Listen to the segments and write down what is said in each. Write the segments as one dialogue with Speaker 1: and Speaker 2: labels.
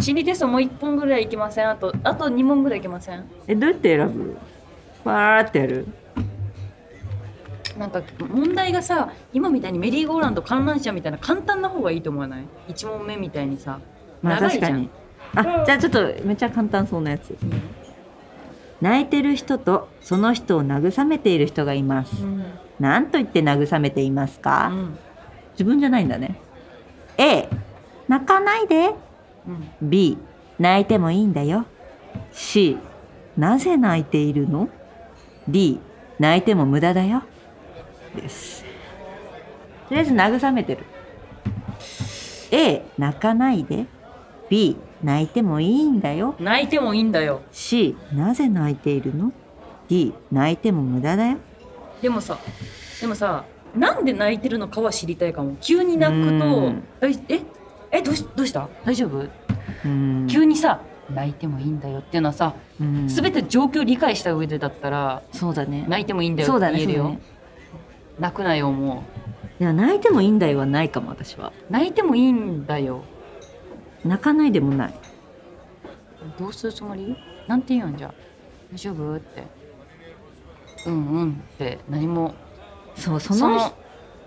Speaker 1: 心理テストもう一本ぐらいいきませんあとあと二問ぐらいいきません
Speaker 2: えどうやって選ぶわーってやる
Speaker 1: なんか問題がさ今みたいにメリーゴーランド観覧車みたいな簡単な方がいいと思わない一問目みたいにさ
Speaker 2: まあ
Speaker 1: 長いじ
Speaker 2: 確か
Speaker 1: ゃ
Speaker 2: に
Speaker 1: ん、
Speaker 2: あじゃあちょっとめっちゃ簡単そうなやつ泣いてる人とその人を慰めている人がいます
Speaker 1: うん
Speaker 2: 何と言って慰めています
Speaker 1: う
Speaker 2: か
Speaker 1: ん
Speaker 2: 自分じゃないんだね A 泣かないで
Speaker 1: うん
Speaker 2: B 泣いてもいいんだよ C なぜ泣いているの D 泣いても無駄だよですとりあえず慰めてる A 泣かないで B 泣いてもいいんだよ
Speaker 1: 泣いてもいいんだよ
Speaker 2: C なぜ泣いているの D 泣いても無駄だよ
Speaker 1: でもさでもさなんで泣いてるのかは知りたいかも急に泣く
Speaker 2: う
Speaker 1: と
Speaker 2: ん
Speaker 1: だいええどうしどうした大丈夫、
Speaker 2: うん
Speaker 1: 急にさ泣いてもいいんだよっていうのはさ、
Speaker 2: うん
Speaker 1: すべて状況を理解した上でだったら
Speaker 2: そうだね
Speaker 1: 泣いてもいいんだよ
Speaker 2: そう
Speaker 1: っ
Speaker 2: だ
Speaker 1: て
Speaker 2: ね
Speaker 1: 言えるよ、
Speaker 2: そうだね
Speaker 1: 泣くなよも
Speaker 2: いや泣いてもいいんだよはないかも私は
Speaker 1: う泣いてもいいんだよ
Speaker 2: 泣かないでもない
Speaker 1: どうするつもりなんて言うんじゃ大丈夫ってうんうんって何も
Speaker 2: そうその人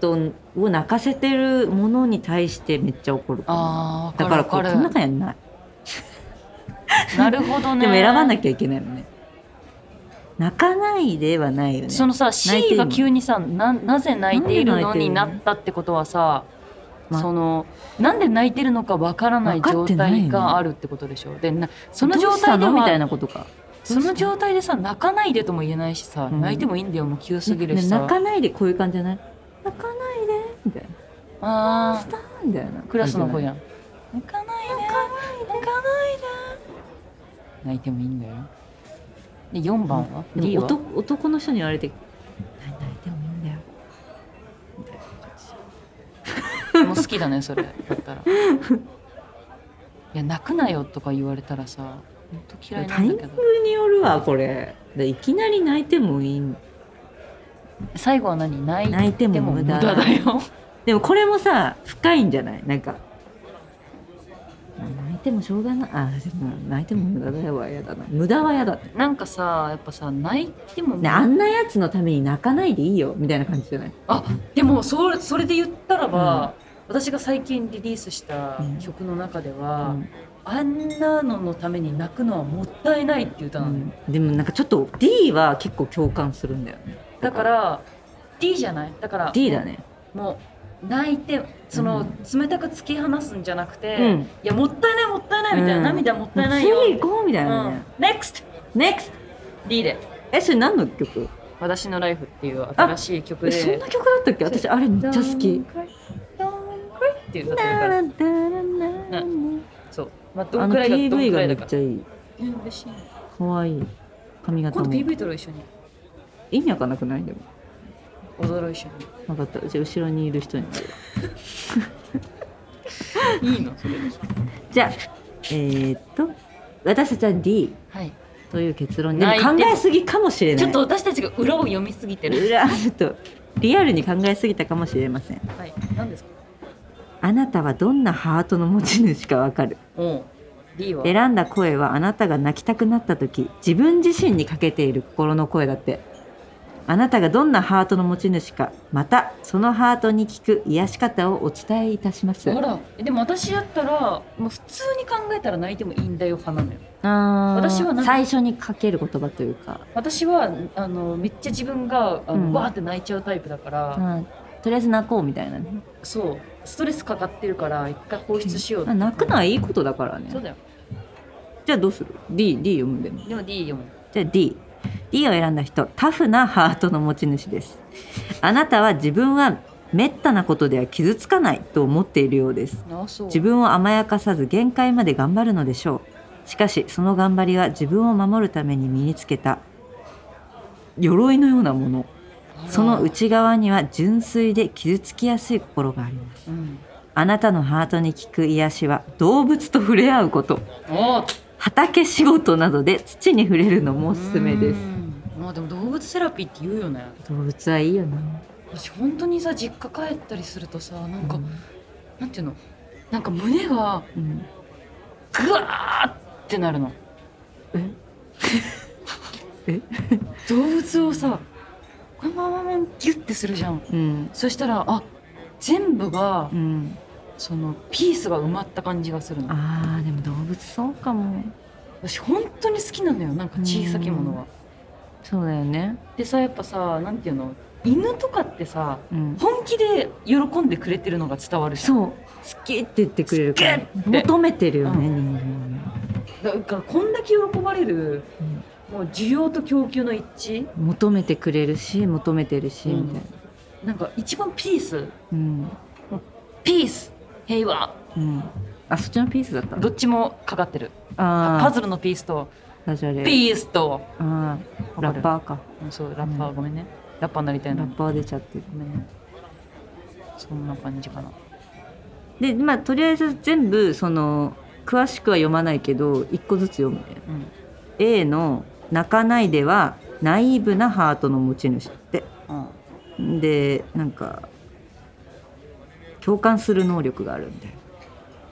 Speaker 2: 人を泣かせてるものに対してめっちゃ怒るかも
Speaker 1: ああ
Speaker 2: だからこうこの中にはない、
Speaker 1: なるほどね
Speaker 2: でも選ばな
Speaker 1: ゃ
Speaker 2: きゃいけないのね泣かないではないよね
Speaker 1: そのさ
Speaker 2: 泣いて
Speaker 1: C
Speaker 2: るの
Speaker 1: が急にさななぜ泣いている
Speaker 2: な
Speaker 1: の
Speaker 2: んで泣いて
Speaker 1: に
Speaker 2: る
Speaker 1: な
Speaker 2: の
Speaker 1: ったってことはさ、
Speaker 2: ま
Speaker 1: そのなんで泣いてるのかわからない
Speaker 2: わか
Speaker 1: 状
Speaker 2: ってないよね
Speaker 1: 態があるってことでしょでなその
Speaker 2: どう
Speaker 1: 状
Speaker 2: した
Speaker 1: 態で
Speaker 2: のみたい
Speaker 1: は
Speaker 2: なことか
Speaker 1: その状態でさ泣かないでとも言えないしさ、
Speaker 2: うん
Speaker 1: 泣いてもいいんだよもう急すぎる
Speaker 2: ね
Speaker 1: し
Speaker 2: ね
Speaker 1: さ、
Speaker 2: 泣かないでこういう感じじゃない泣かないでみたいな
Speaker 1: あ
Speaker 2: スターみたいな
Speaker 1: ークラスの子じ
Speaker 2: ゃ
Speaker 1: ゃん泣かないで泣かないで泣いてもいいんだよで4番は、
Speaker 2: で
Speaker 1: D
Speaker 2: も
Speaker 1: は
Speaker 2: 男男の人に言われて泣いてもいいんだよみたいな感じ
Speaker 1: もう好きだねそれだった らいや泣くなよとか言われたらさ本当嫌いな
Speaker 2: タイ
Speaker 1: ん
Speaker 2: ミン
Speaker 1: だ
Speaker 2: グ
Speaker 1: けど
Speaker 2: によるわこれでいきなり泣いてもいいん
Speaker 1: 最後は何泣い
Speaker 2: 泣いて
Speaker 1: て
Speaker 2: も
Speaker 1: も
Speaker 2: 無
Speaker 1: 無
Speaker 2: 駄
Speaker 1: 駄
Speaker 2: だ
Speaker 1: だよ
Speaker 2: でもこれもさ深いんじゃないなんか泣いてもしょうがないあでも泣いても無駄だよは嫌だな無駄は嫌だね
Speaker 1: なんかさやっぱさ泣いても無
Speaker 2: ね
Speaker 1: 駄
Speaker 2: あんなやつのために泣かないでいいよみたいな感じじゃない
Speaker 1: あでもそれそれで言ったらば、私が最近リリースした
Speaker 2: うん
Speaker 1: 曲の中で
Speaker 2: う
Speaker 1: は、
Speaker 2: ん
Speaker 1: あんなののために泣くのはもったいないっていう歌なのよ、
Speaker 2: でもなんかちょっと D は結構共感するんだよね
Speaker 1: だから D じゃないだから
Speaker 2: D だね
Speaker 1: もう泣いてその、冷たく突き放すんじゃなくて、
Speaker 2: うん
Speaker 1: いやもったいないもったいないみたいな、
Speaker 2: うん
Speaker 1: 涙もったいない
Speaker 2: 次
Speaker 1: よ、
Speaker 2: 行こうみたいなね、
Speaker 1: NEXT!D
Speaker 2: NEXT
Speaker 1: で
Speaker 2: えそれ何の曲
Speaker 1: 「私のライフ」っていう新しい曲
Speaker 2: え
Speaker 1: で
Speaker 2: そんな曲だったっけ私あれめっちゃ好き
Speaker 1: っていう歌だからそうまあど
Speaker 2: あ
Speaker 1: ん
Speaker 2: の
Speaker 1: くらいがどん
Speaker 2: PV
Speaker 1: くら
Speaker 2: が
Speaker 1: い
Speaker 2: め
Speaker 1: だ
Speaker 2: っ
Speaker 1: から
Speaker 2: ちゃいい
Speaker 1: うん嬉しい
Speaker 2: かわいい髪型
Speaker 1: 今
Speaker 2: も
Speaker 1: 度 PV 撮ろう一緒に
Speaker 2: 意味わかんなくないでも
Speaker 1: 踊ろう一緒
Speaker 2: 分かったじゃあ後ろにいる人に
Speaker 1: にいいのそれ
Speaker 2: じゃあえー、っと私たちは D
Speaker 1: はい
Speaker 2: という結論で
Speaker 1: 泣いて
Speaker 2: 考
Speaker 1: も
Speaker 2: えすぎかもしれない
Speaker 1: ちょっと私たちが裏を読みすぎてる
Speaker 2: 裏ちょっとリアルに考えすぎたかもしれません
Speaker 1: はい何ですか
Speaker 2: あなたはどんなハートの持ち主かわかる
Speaker 1: おう D は
Speaker 2: 選んだ声はあなたが泣きたくなった時自分自身にかけている心の声だってあなたがどんなハートの持ち主かまたそのハートに聞く癒し方をお伝えいたします
Speaker 1: あらえでも私やったらもう普通に考えたら泣いてもいいんだよ派なのよ
Speaker 2: あー
Speaker 1: 私はなんか
Speaker 2: 最初にかける言葉というか、
Speaker 1: 私はあのめっちゃ自分があの、
Speaker 2: うん
Speaker 1: わーって泣いちゃうタイプだから、
Speaker 2: うんとりあえず泣こうみたいなね
Speaker 1: そうストレスかかってるから一回放出しよう
Speaker 2: あ泣くの
Speaker 1: い
Speaker 2: はいいことだからね
Speaker 1: そうだよ
Speaker 2: じゃあどうする D, D 読むでも
Speaker 1: でも D 読む
Speaker 2: じゃあ DD を選んだ人タフなハートの持ち主ですあなたは自分はめったなことでは傷つかないと思っているようです
Speaker 1: あそう
Speaker 2: 自分を甘やかさず限界まで頑張るのでしょうしかしその頑張りは自分を守るために身につけた鎧のようなもの
Speaker 1: あら
Speaker 2: その内側には純粋で傷つきやすい心があります
Speaker 1: うん
Speaker 2: あなたのハートに効く癒しは動物と触れ合うこと
Speaker 1: おー
Speaker 2: 畑仕事などで土に触れるのもおすすめ
Speaker 1: う
Speaker 2: です
Speaker 1: んまあでも動物セラピーって言うよね
Speaker 2: 動物はいいよな
Speaker 1: 私本当にさ実家帰ったりするとさなんか、
Speaker 2: うん
Speaker 1: なんていうのなんか胸が
Speaker 2: うん
Speaker 1: グワーってなるの
Speaker 2: え
Speaker 1: 動物をさこのままギュッてするじゃん
Speaker 2: うん
Speaker 1: そしたらあ全部が
Speaker 2: うん
Speaker 1: そのピースが埋まった感じがするの
Speaker 2: あーでも動物そうかも
Speaker 1: 私本当に好きなのよなんか小さきものは
Speaker 2: そうだよね
Speaker 1: でさやっぱさなんていうの犬とかってさ
Speaker 2: うん
Speaker 1: 本気で喜んでくれてるのが伝わるし
Speaker 2: そう好きって言ってくれるから
Speaker 1: 好きって
Speaker 2: 求めてるよね、
Speaker 1: う
Speaker 2: 人間は
Speaker 1: だからこんだけ喜ばれる、もう需要と供給の一致
Speaker 2: 求めてくれるし求めてるし、
Speaker 1: うん
Speaker 2: みたい
Speaker 1: な
Speaker 2: な
Speaker 1: んか一番ピース
Speaker 2: うん
Speaker 1: ピース平和
Speaker 2: うんあそっちのピースだった
Speaker 1: どっちもかかってる
Speaker 2: あー
Speaker 1: パズルのピースと
Speaker 2: ダジャレ
Speaker 1: ピースと
Speaker 2: あーラッパーか
Speaker 1: うんそうラッパー、
Speaker 2: うん
Speaker 1: ごめんねラッパーになりたいな
Speaker 2: ラッパー出ちゃってる
Speaker 1: ごめんねそんな感じかな
Speaker 2: でまあとりあえず全部その詳しくは読まないけど一個ずつ読むね
Speaker 1: うん
Speaker 2: A の「泣かないで」はナイーブなハートの持ち主って
Speaker 1: うん
Speaker 2: でなんか共感する能力があるんだよ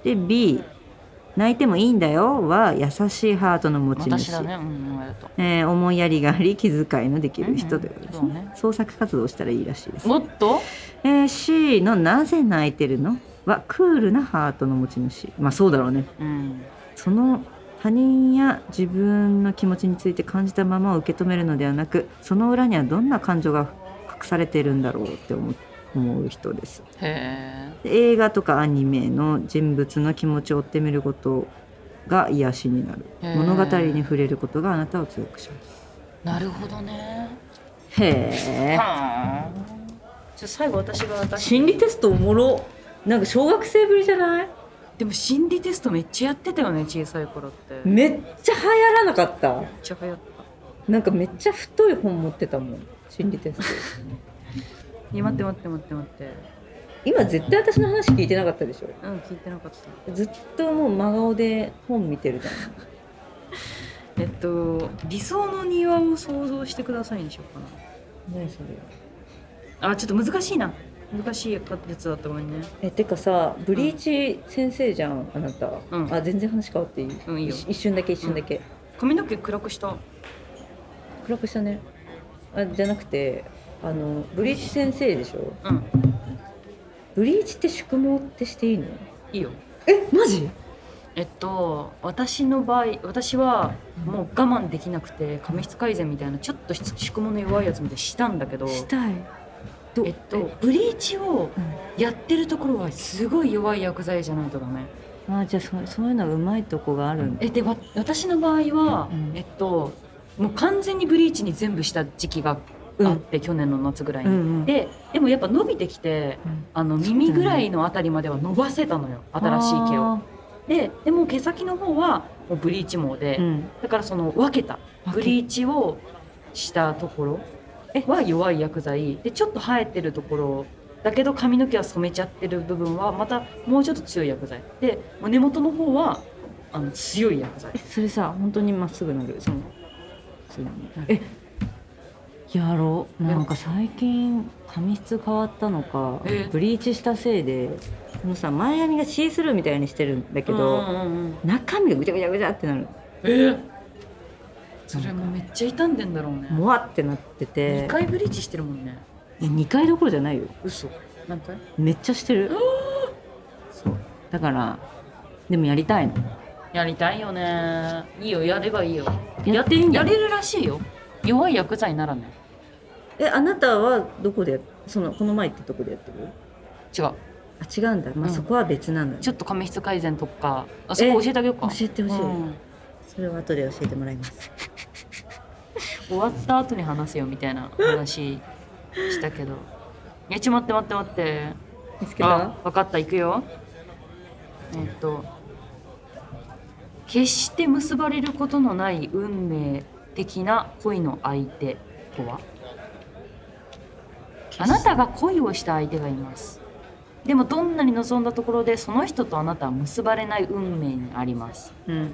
Speaker 2: で B「泣いてもいいんだよ」は優しいハートの持ち
Speaker 1: 私
Speaker 2: 主
Speaker 1: だねうんお前だと
Speaker 2: えー思いやりがあり気遣いのできる人ということですね,、
Speaker 1: うんうんそうね
Speaker 2: 創作活動をしたらいいらしいです、
Speaker 1: おっと
Speaker 2: えー C の「なぜ泣いてるの?」はクールなハートの持ち主まあそうだろうね
Speaker 1: うん
Speaker 2: その他人や自分の気持ちについて感じたままを受け止めるのではなくその裏にはどんな感情が隠されているんだろうって思う思う人です
Speaker 1: へえ
Speaker 2: で映画とかアニメの人物の気持ちを追ってみることが癒しになる
Speaker 1: へー
Speaker 2: 物語に触れることがあなたを強くします
Speaker 1: なるほどね
Speaker 2: へえ
Speaker 1: はあじゃあ最後私が私
Speaker 2: 心理テストおもろなんか小学生ぶりじゃない
Speaker 1: でも心理テストめっちゃやってたよね小さい頃ってめっ
Speaker 2: めっちゃ流行らなかった
Speaker 1: ちゃ流行った
Speaker 2: なんかめっちゃ太い本持ってたもん心理テスト
Speaker 1: いや待って待って待って待って
Speaker 2: 今絶対私の話聞いてなかったでしょ
Speaker 1: うん聞いてなかった
Speaker 2: ずっともう真顔で本見てるじゃん
Speaker 1: えっと理想の庭を想像してくださいにしようか
Speaker 2: 何それ
Speaker 1: なあちょっと難しいな難しいやつだったごめんね
Speaker 2: えてかさブリーチ先生じゃんあなた、
Speaker 1: うん
Speaker 2: あ全然話変わっていい,一、
Speaker 1: うんいいよ
Speaker 2: 一瞬だけ一瞬だけ、
Speaker 1: 髪の毛暗くした
Speaker 2: 暗くしたねあじゃなくてあのブリーチ先生でしょ
Speaker 1: うん
Speaker 2: ブリーチって宿毛ってしていいの
Speaker 1: いいよ
Speaker 2: えマジ
Speaker 1: えっと私の場合私はもう我慢できなくて髪質改善みたいなちょっとし宿毛の弱いやつみたいにしたんだけど
Speaker 2: したいど
Speaker 1: えっとブリーチを
Speaker 2: うん
Speaker 1: やってるところはすごい弱い薬剤じゃないとダメ
Speaker 2: あじゃあそそういうのはうまいとこがあるんだ
Speaker 1: えでわ私の場合は、
Speaker 2: うん
Speaker 1: えっともう完全にブリーチに全部した時期があって、去年の夏ぐらいに、
Speaker 2: ん
Speaker 1: ででもやっぱ伸びてきて
Speaker 2: うん
Speaker 1: あの耳ぐらいのあたりまでは伸ばせたのよ新しい毛を
Speaker 2: あ
Speaker 1: ででも毛先の方はもうブリーチ毛で、
Speaker 2: ーうん
Speaker 1: だからその分けた
Speaker 2: 分け
Speaker 1: ブリーチをしたところ
Speaker 2: え
Speaker 1: は弱い薬剤でちょっと生えてるところだけど髪の毛は染めちゃってる部分はまたもうちょっと強い薬剤でもう根元の方はあの強い薬剤
Speaker 2: えそれさ本当にまっすぐなるそのそうだねえやろうなんか最近髪質変わったのか
Speaker 1: え
Speaker 2: ブリーチしたせいでこのさ前髪がシースルーみたいにしてるんだけど、
Speaker 1: うんうんうん
Speaker 2: 中身がぐちゃぐちゃぐちゃってなる
Speaker 1: えーそれもうめっちゃ傷んでんだろうね
Speaker 2: もわってなって
Speaker 1: 2
Speaker 2: て
Speaker 1: 回ブリーチしてるもんね
Speaker 2: いや二回どころじゃないよ
Speaker 1: 嘘何回
Speaker 2: めっちゃしてるそうだからでもやりたいの
Speaker 1: やりたいよねいいよやればいいよ
Speaker 2: やっていいんだ
Speaker 1: やれるらしいよ弱い薬剤ならね
Speaker 2: えあなたはどこでそのこの前行ったとこでやってる
Speaker 1: 違う
Speaker 2: あ違うんだ、まあ、
Speaker 1: うん
Speaker 2: そこは別なんだ、
Speaker 1: ちょっと髪質改善とかあそこ教えてあげようか
Speaker 2: 教えてほしい、
Speaker 1: うん
Speaker 2: それは後で教えてもらいます
Speaker 1: 終わった後に話すよみたいな話したけどいやちょ待って待って待って
Speaker 2: 見つけた
Speaker 1: あ分かった行くよえっと決して結ばれることのない運命的な恋の相手とはあなたが恋をした相手がいますでもどんなに望んだところでその人とあなたは結ばれない運命にあります
Speaker 2: うん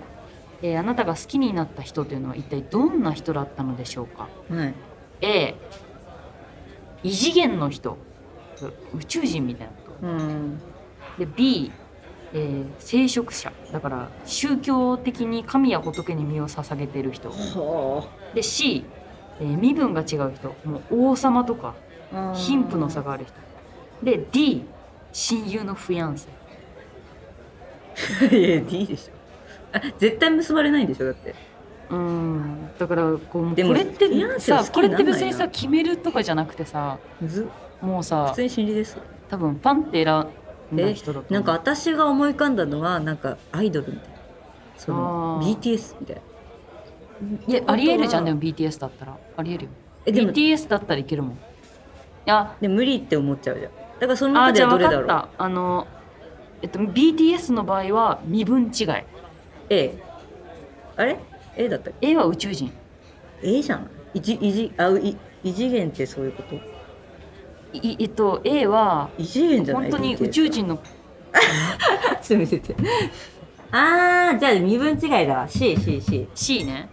Speaker 1: えーあなたが好きになった人というのは一体どんな人だったのでしょうか
Speaker 2: はい
Speaker 1: A 異次元の人宇宙人みたいなこ
Speaker 2: うん
Speaker 1: とで B えー聖職者だから宗教的に神や仏に身を捧げてる人
Speaker 2: ほ
Speaker 1: で C、えー身分が違う人もう王様とか
Speaker 2: う
Speaker 1: 貧富の差がある人で D 親友のフィアンセ
Speaker 2: いや D でしょあ絶対結ばれないんでしょだって
Speaker 1: うんだからこうこ
Speaker 2: でも
Speaker 1: れって
Speaker 2: フィアンセは
Speaker 1: さ
Speaker 2: 好
Speaker 1: こ
Speaker 2: きに
Speaker 1: れ
Speaker 2: な
Speaker 1: っ
Speaker 2: んな
Speaker 1: て
Speaker 2: いな
Speaker 1: 別にさ決めるとかじゃなくてさ
Speaker 2: ず
Speaker 1: もう
Speaker 2: 普
Speaker 1: さ
Speaker 2: 通に心理です
Speaker 1: 多分パンって選んだ人だと思う
Speaker 2: なんか私が思い浮かんだのはなんかアイドルみたいなその
Speaker 1: あー
Speaker 2: BTS みたいない
Speaker 1: やありえるじゃん
Speaker 2: って
Speaker 1: で
Speaker 2: こ
Speaker 1: も BTS だったらありえるよ
Speaker 2: とはえでも
Speaker 1: BTS だったらいけるもんいや
Speaker 2: でも無理って思っちゃうじゃんだからその
Speaker 1: あ
Speaker 2: 中
Speaker 1: ーじ
Speaker 2: で
Speaker 1: ゃあ分
Speaker 2: はど
Speaker 1: か
Speaker 2: れだ
Speaker 1: っ
Speaker 2: ろう
Speaker 1: たあのえっと BTS の場合は身分違い
Speaker 2: A あれ A だったっけ
Speaker 1: A は宇宙人
Speaker 2: A じゃない異次異次あうい異次元ってそういうこと
Speaker 1: いえっと A は
Speaker 2: 異次元じゃな
Speaker 1: 本
Speaker 2: い
Speaker 1: 当に
Speaker 2: BTS
Speaker 1: 宇宙人の
Speaker 2: ちょっと見せてああじゃあ身分違いだわ CCCT
Speaker 1: C ね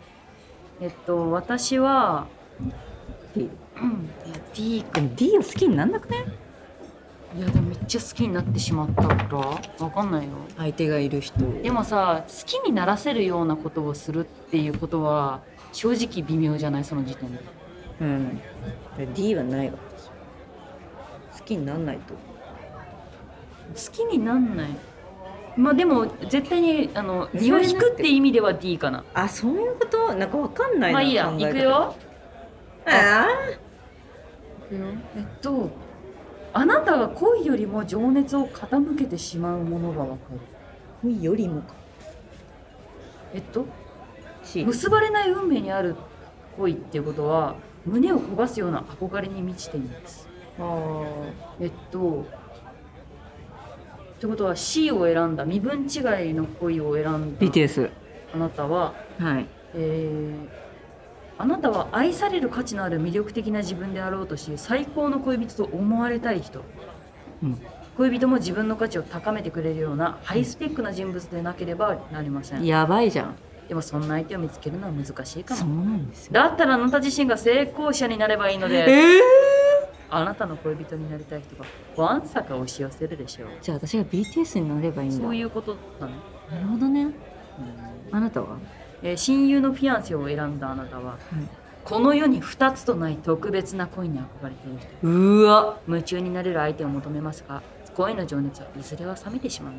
Speaker 1: えっと私は、
Speaker 2: で
Speaker 1: うん、いや D か
Speaker 2: も D を好きになんなくない
Speaker 1: いやでもめっちゃ好きになってしまったからわかんないよ
Speaker 2: 相手がいる人
Speaker 1: でもさ好きにならせるようなことをするっていうことは正直微妙じゃないその時点で
Speaker 2: うん D はないわ好きになんないと
Speaker 1: 好きになんないまあでも絶対にあの
Speaker 2: え
Speaker 1: 身を
Speaker 2: そ
Speaker 1: 引
Speaker 2: れな
Speaker 1: く
Speaker 2: ん
Speaker 1: ってて意味では D かな
Speaker 2: あそういうことなんかわかんないな
Speaker 1: まあいいや
Speaker 2: 考え
Speaker 1: い
Speaker 2: 方
Speaker 1: くよ
Speaker 2: あ
Speaker 1: えっとあなたが恋よりも情熱を傾けてしまうものがわかる
Speaker 2: ー恋よりもか
Speaker 1: えっと
Speaker 2: C
Speaker 1: 結ばれない運命にある恋っていうことは胸を焦がすような憧れに満ちています
Speaker 2: あー
Speaker 1: えっとってことは C を選んだ身分違いの恋を選んだ
Speaker 2: BTS
Speaker 1: あなたは、
Speaker 2: はい
Speaker 1: えーあなたは愛される価値のある魅力的な自分であろうとし最高の恋人と思われたい人
Speaker 2: うん
Speaker 1: 恋人も自分の価値を高めてくれるようなハイスペックな人物でなければなりません
Speaker 2: やばいじゃん
Speaker 1: でもそんな相手を見つけるのは難しいかも
Speaker 2: うなんです
Speaker 1: だったらあなた自身が成功者になればいいの
Speaker 2: え
Speaker 1: で
Speaker 2: ー、
Speaker 1: あなたの恋人になりたい人がわんさか押し寄せるでしょう
Speaker 2: じゃあ私が BTS になればいいんだ
Speaker 1: そういうことだね、
Speaker 2: なるほどねあなたは、
Speaker 1: えー親友のフィアンセを選んだあなたはこの世に2つとない特別な恋に憧れている人
Speaker 2: うーわ
Speaker 1: 夢中になれる相手を求めますが恋の情熱はいずれは冷めてしま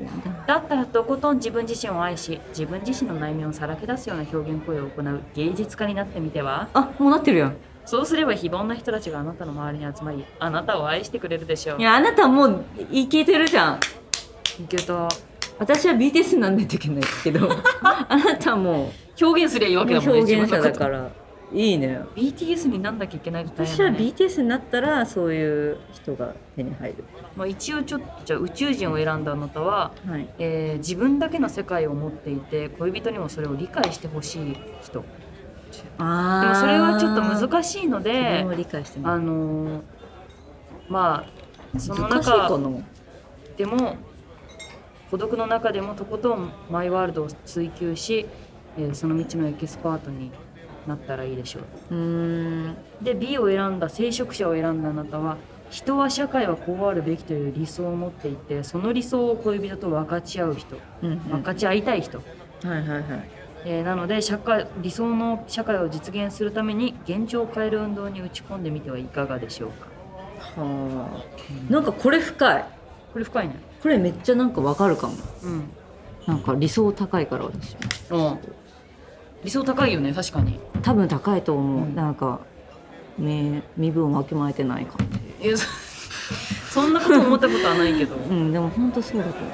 Speaker 1: うもの
Speaker 2: やだ
Speaker 1: だったらとことん自分自身を愛し自分自身の内面をさらけ出すような表現行為を行う芸術家になってみては
Speaker 2: あもうなってるやん
Speaker 1: そうすれば非凡な人たちがあなたの周りに集まりあなたを愛してくれるでしょう
Speaker 2: いやあなたもういけてるじゃん
Speaker 1: いけた
Speaker 2: 私は BTS になんないといけないけ どあなたも
Speaker 1: 表現すりゃいいわけ
Speaker 2: 表
Speaker 1: だもんね
Speaker 2: 現
Speaker 1: 自
Speaker 2: 者
Speaker 1: 分のこ
Speaker 2: だ
Speaker 1: と
Speaker 2: からいいね
Speaker 1: BTS になんなきゃいけないって大変
Speaker 2: 私は
Speaker 1: だね
Speaker 2: BTS になったらそういう人が手に入る
Speaker 1: まあ、一応ちょっとじゃあ宇宙人を選んだあなたは、
Speaker 2: はい
Speaker 1: えー自分だけの世界を持っていて恋人にもそれを理解してほしい人で
Speaker 2: あ
Speaker 1: もそれはちょっと
Speaker 2: い
Speaker 1: 難しいので
Speaker 2: 理解して
Speaker 1: あ
Speaker 2: も
Speaker 1: のーまあその
Speaker 2: 難しいか
Speaker 1: 中
Speaker 2: な
Speaker 1: でも孤独の中でもとことんマイワールドを追求し、えーその道のエキスパートになったらいいでしょう
Speaker 2: うーん
Speaker 1: で B を選んだ聖職者を選んだあなたは人は社会はこうあるべきという理想を持っていてその理想を恋人と分かち合う人
Speaker 2: うんうん
Speaker 1: 分かち合いたい人、
Speaker 2: はいはいはい
Speaker 1: えーなので社会理想の社会を実現するために現状を変える運動に打ち込んでみてはいかがでしょうか
Speaker 2: はあなんかこれ深い
Speaker 1: これ深いね
Speaker 2: これめっちゃなんかわかるかも
Speaker 1: うん
Speaker 2: なんか理想高いから私
Speaker 1: うん理想高いよね確かに
Speaker 2: 多分高いと思う、
Speaker 1: うん
Speaker 2: なんかね身分をわきまえてない感 じ
Speaker 1: いやそそんなこと思ったことはないけど
Speaker 2: うんでも本当そうだと思う